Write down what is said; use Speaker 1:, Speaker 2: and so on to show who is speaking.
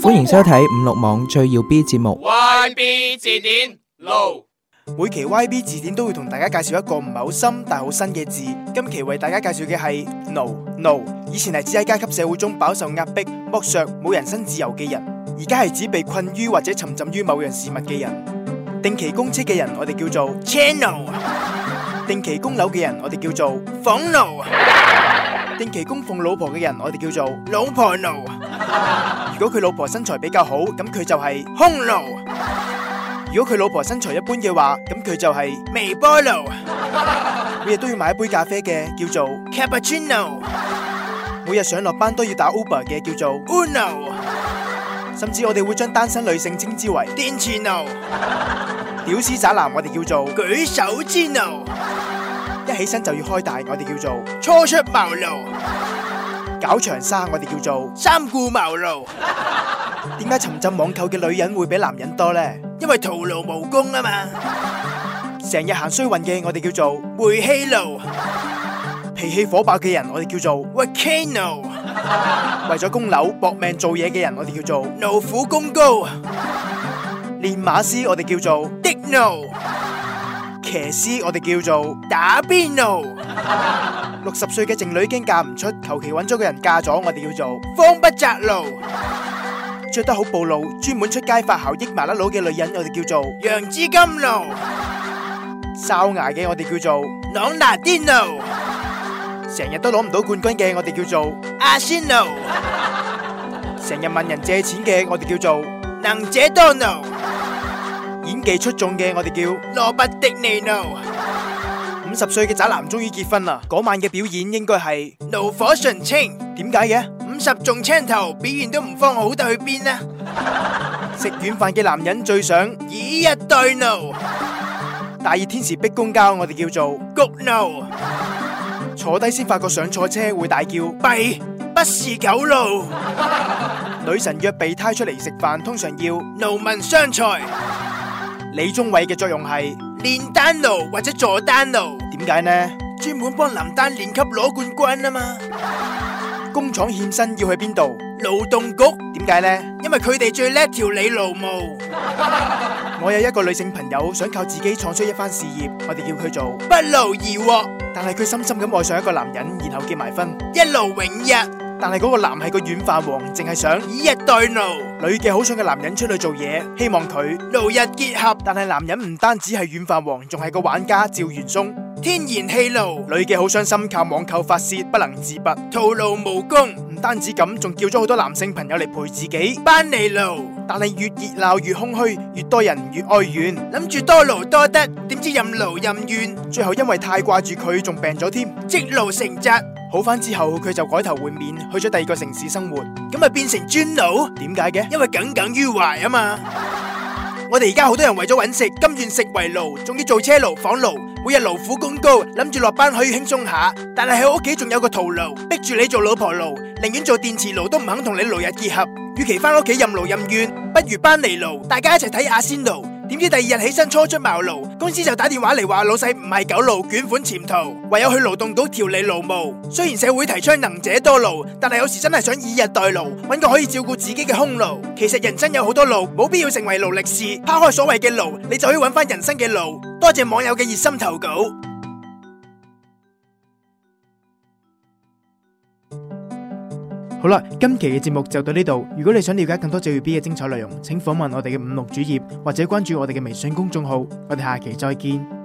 Speaker 1: 歡迎收睇五六網最耀 B 節目。
Speaker 2: YB 字典路
Speaker 3: 每期 YB 字典都會同大家介紹一個唔係好深但係好新嘅字。今期為大家介紹嘅係奴奴，以前係指喺階級社會中飽受壓迫、剝削、冇人身自由嘅人，而家係指被困於或者沉浸於某樣事物嘅人。定期供車嘅人，我哋叫做 channel；定期供樓嘅人，我哋叫做房奴；定期供奉老婆嘅人，我哋叫做老婆奴。如果佢老婆身材比較好，咁佢就係匈奴。如果佢老婆身材一般嘅話，咁佢就係微波爐。每日都要買一杯咖啡嘅叫做 cappuccino。每日上落班都要打 Uber 嘅叫做 Uno。甚至我哋會將單身女性稱之為電池奴。屌絲宅男我哋叫做舉手之奴。一起身就要開大，我哋叫做初出茅廬。搞長沙我哋叫做三顧茅廬。點解沉浸網購嘅女人會比男人多呢？因為徒勞無功啊嘛。成日行衰運嘅我哋叫做煤氣爐，脾氣火爆嘅人我哋叫做 volcano。為咗供樓搏命做嘢嘅人我哋叫做勞苦功高。練馬師我哋叫做 digno。騎師我哋叫做打邊爐。六十歲嘅剩女經嫁唔出，求其揾咗個人嫁咗，我哋叫做慌不擇路。着得好暴露，專門出街發姣益麻甩佬嘅女人，我哋叫做楊枝甘露；哨牙嘅我哋叫做朗拿甸奴；成日都攞唔到冠軍嘅我哋叫做阿仙奴；成日問人借錢嘅我哋叫做能者多勞；演技出眾嘅我哋叫羅拔迪尼奴。五十歲嘅宅男終於結婚啦！嗰晚嘅表演應該係爐火純青。點解嘅？五十中青頭，表現都唔方好得去邊啊！ 食軟飯嘅男人最想以逸待勞。大熱天時逼公交，我哋叫做谷勞。坐低先發覺上錯車會大叫弊，不是狗路。 女神約備胎出嚟食飯，通常要勞民傷財。李宗偉嘅作用係練單奴或者助單奴，點解呢？專門幫林丹練級攞冠軍啊嘛！工廠欠薪要去邊度？勞動局點解呢？因為佢哋最叻調理勞務。我有一個女性朋友想靠自己創出一番事業，我哋叫佢做不勞而獲。但係佢深深咁愛上一個男人，然後結埋婚，一勞永逸。但係嗰個男係個軟飯王，淨係想以逸待勞。女嘅好想個男人出去做嘢，希望佢勞逸結合。但係男人唔單止係軟飯王，仲係個玩家趙元松。天然氣爐，女嘅好傷心，靠網購發泄，不能自拔，徒勞無功。唔單止咁，仲叫咗好多男性朋友嚟陪自己。班尼路，但係越熱鬧越空虛，越多人越哀怨，諗住多勞多得，點知任勞任怨，最後因為太掛住佢，仲病咗添，積勞成疾。好翻之後，佢就改頭換面，去咗第二個城市生活，咁咪變成專奴？點解嘅？因為耿耿於懷啊嘛。我哋而家好多人為咗揾食，甘願食為奴，仲要做車奴、房奴，每日勞苦功高，諗住落班可以輕鬆下，但係喺屋企仲有個徒勞，逼住你做老婆奴，寧願做電磁奴都唔肯同你勞逸結合。與其翻屋企任勞任怨，不如班尼奴，大家一齊睇阿仙奴。點知第二日起身初出茅廬，公司就打電話嚟話老細唔係狗路，捲款潛逃，唯有去勞動局調理勞務。雖然社會提倡能者多勞，但係有時真係想以逸待勞，揾個可以照顧自己嘅匈奴。其實人生有好多路，冇必要成為勞力士。拋開所謂嘅勞，你就可以揾翻人生嘅路。多謝網友嘅熱心投稿。好啦，今期嘅節目就到呢度。如果你想了解更多就業 B 嘅精彩內容，請訪問我哋嘅五六主頁或者關注我哋嘅微信公眾號。我哋下期再見。